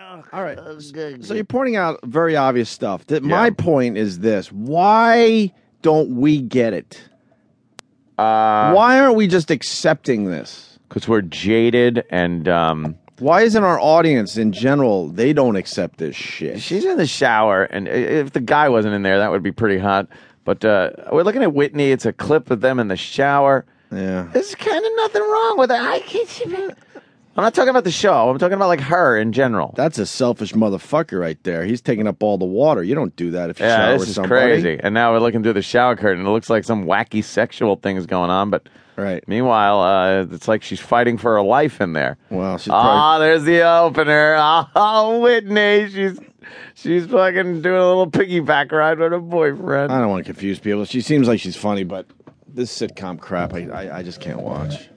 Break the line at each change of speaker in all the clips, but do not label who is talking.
All right.
good.
So you're pointing out very obvious stuff. That my
Yeah.
point is this: Why don't we get it?
Uh,
Why aren't we just accepting this?
Because we're jaded and um,
Why isn't our audience in general they don't accept this shit?
she's in the shower. And i- if the guy wasn't in there, that would be pretty hot. But uh, we're looking at Whitney. It's a clip of them in the shower.
Yeah.
There's kind of nothing wrong with it. I can't. I'm not talking about the show. I'm talking about like her in general.
That's a selfish motherfucker right there. He's taking up all the water. You don't do that if you shower
yeah, this
with
is
somebody.
crazy. And now we're looking through the shower curtain. It looks like some wacky sexual thing is going on. But
Right.
meanwhile, uh, it's like she's fighting for her life in there.
Wow, she's
Ah, there's the opener. Oh, Whitney, she's she's fucking doing a little piggyback ride with her boyfriend.
I don't want to confuse people. She seems like she's funny, but this sitcom crap, I, I, I just can't watch.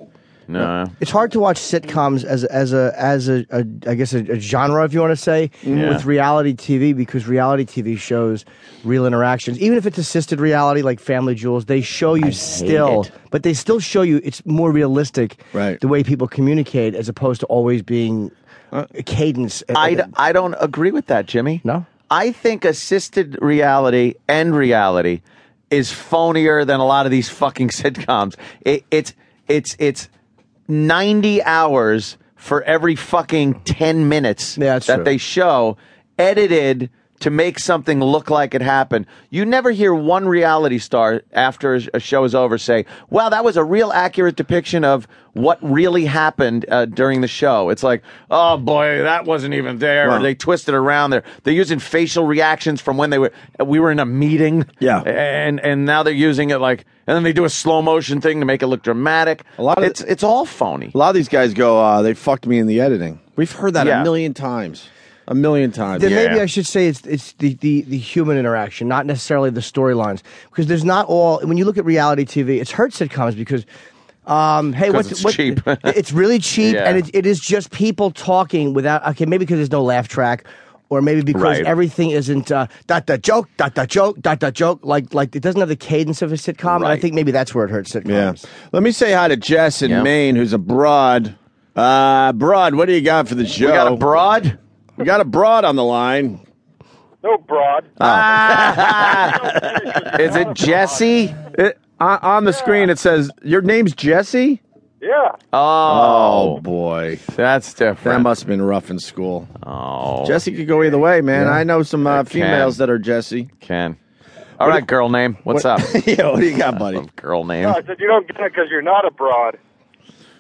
no,
It's hard to watch sitcoms as as a as a, a I guess a, a genre if you want to say with reality TV because reality TV shows real interactions even if it's assisted reality like Family Jewels they show you still
it.
but they still show you it's more realistic
Right.
the way people communicate as opposed to always being a cadence
I, d- I don't agree with that, Jimmy.
No?
I think assisted reality and reality is phonier than a lot of these fucking sitcoms. It, it's it's it's ninety hours for every fucking ten minutes
Yeah, that's
that
true.
they show, edited to make something look like it happened. You never hear one reality star after a show is over say, "Wow, that was a real accurate depiction of what really happened uh, during the show." It's like, "Oh boy, that wasn't even there."
Wow.
Or they twisted around there. They're using facial reactions from when they were uh, we were in a meeting.
Yeah.
And and now they're using it like and then they do a slow motion thing to make it look dramatic.
A lot of
it's it's all phony.
A lot of these guys go, uh, they fucked me in the editing. We've heard that
Yeah.
a million times. A million times.
then maybe
Yeah.
I should say it's it's the the, the human interaction, not necessarily the storylines, because there's not all. When you look at reality TV, it's hurt sitcoms because. Um, hey, what's
it's
what-
cheap.
it's really cheap,
Yeah.
and it, it is just people talking without. Okay, maybe because there's no laugh track, or maybe because
Right.
everything isn't uh, dot dot joke, dot dot joke, dot dot joke. Like like it doesn't have the cadence of a sitcom, and I
Right.
think maybe that's where it hurts
Yeah.
sitcoms.
Let me say hi to Jess in
Yeah.
Maine, who's abroad. Uh, broad, what do you got for the show?
We got a broad.
We got a broad on the line.
No broad.
Uh, Is it Jesse?
It, on, on the screen, it says, Your name's Jesse?
yeah.
Oh,
Oh,
boy.
that's
That
different.
must have been rough in school.
oh,
Jesse could go either way, man. I know some uh, females that are Jesse.
Ken. All right, girl name. What's up?
yeah, what do you got, buddy?
girl name.
No, I said you don't get it because you're not abroad.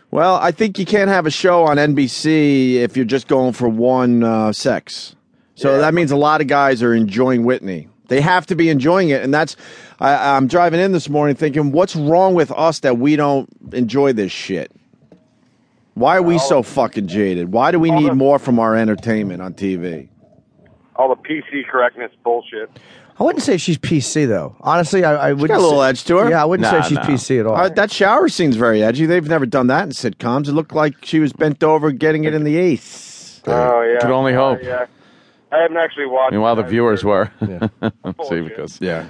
Well, I think you can't have a show on NBC if you're just going for one uh, sex. So that means a lot of guys are enjoying Whitney. They have to be enjoying it, and that's. I, I'm driving in this morning thinking, what's wrong with us that we don't enjoy this shit? Why are we so fucking jaded? Why do we need more from our entertainment on TV?
All the PC correctness bullshit.
I wouldn't say she's PC though. Honestly, I, I wouldn't.
got a little
say-
edge to her.
Yeah, I wouldn't
Nah,
say she's
no.
PC at all.
Uh, that shower scene's very edgy. They've never done that in sitcoms. It looked like she was bent over getting it in the ace.
Oh yeah.
Could only hope.
Uh, yeah. I haven't actually watched.
Meanwhile, the
it.
viewers were. See,
Bullshit.
because
Yeah.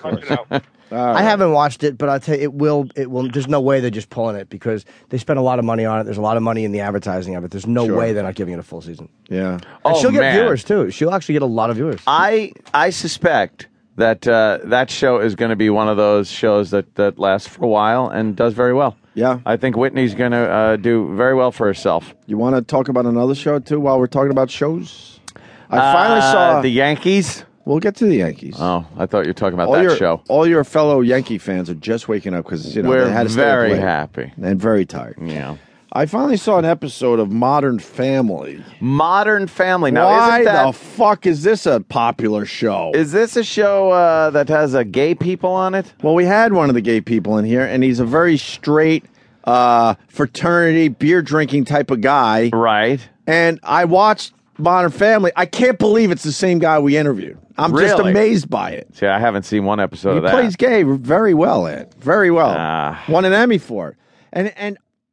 Punch it out.
I haven't watched it, but I'll tell you, it will. It will. There's no way they're just pulling it because they spent a lot of money on it. There's a lot of money in the advertising of it. There's no
Sure.
way they're not giving it a full season.
Yeah.
And
Oh,
she'll get
man.
viewers too. She'll actually get a lot of viewers.
I I suspect that uh, that show is going to be one of those shows that that lasts for a while and does very well.
Yeah.
I think Whitney's going to uh, do very well for herself.
You want to talk about another show too while we're talking about shows? I finally
Uh,
saw.
the Yankees.
we'll get to the Yankees.
Oh, I thought you were talking about
all
that
your
show.
all your fellow Yankee fans are just waking up because you know
We're
they had to stay up
very
late
happy.
and very tired.
Yeah.
I finally saw an episode of Modern Family.
Modern Family. Now,
Why
isn't that,
the fuck is this a popular show?
is this a show uh, that has uh, gay people on it?
well, we had one of the gay people in here, and he's a very straight uh, fraternity beer drinking type of guy.
Right.
and I watched Modern Family. I can't believe it's the same guy we interviewed. I'm just
Really?
amazed by it.
See, I haven't seen one episode
He
of that.
plays gay very well, Ed. Very well.
Ah.
Won an Emmy for it. And and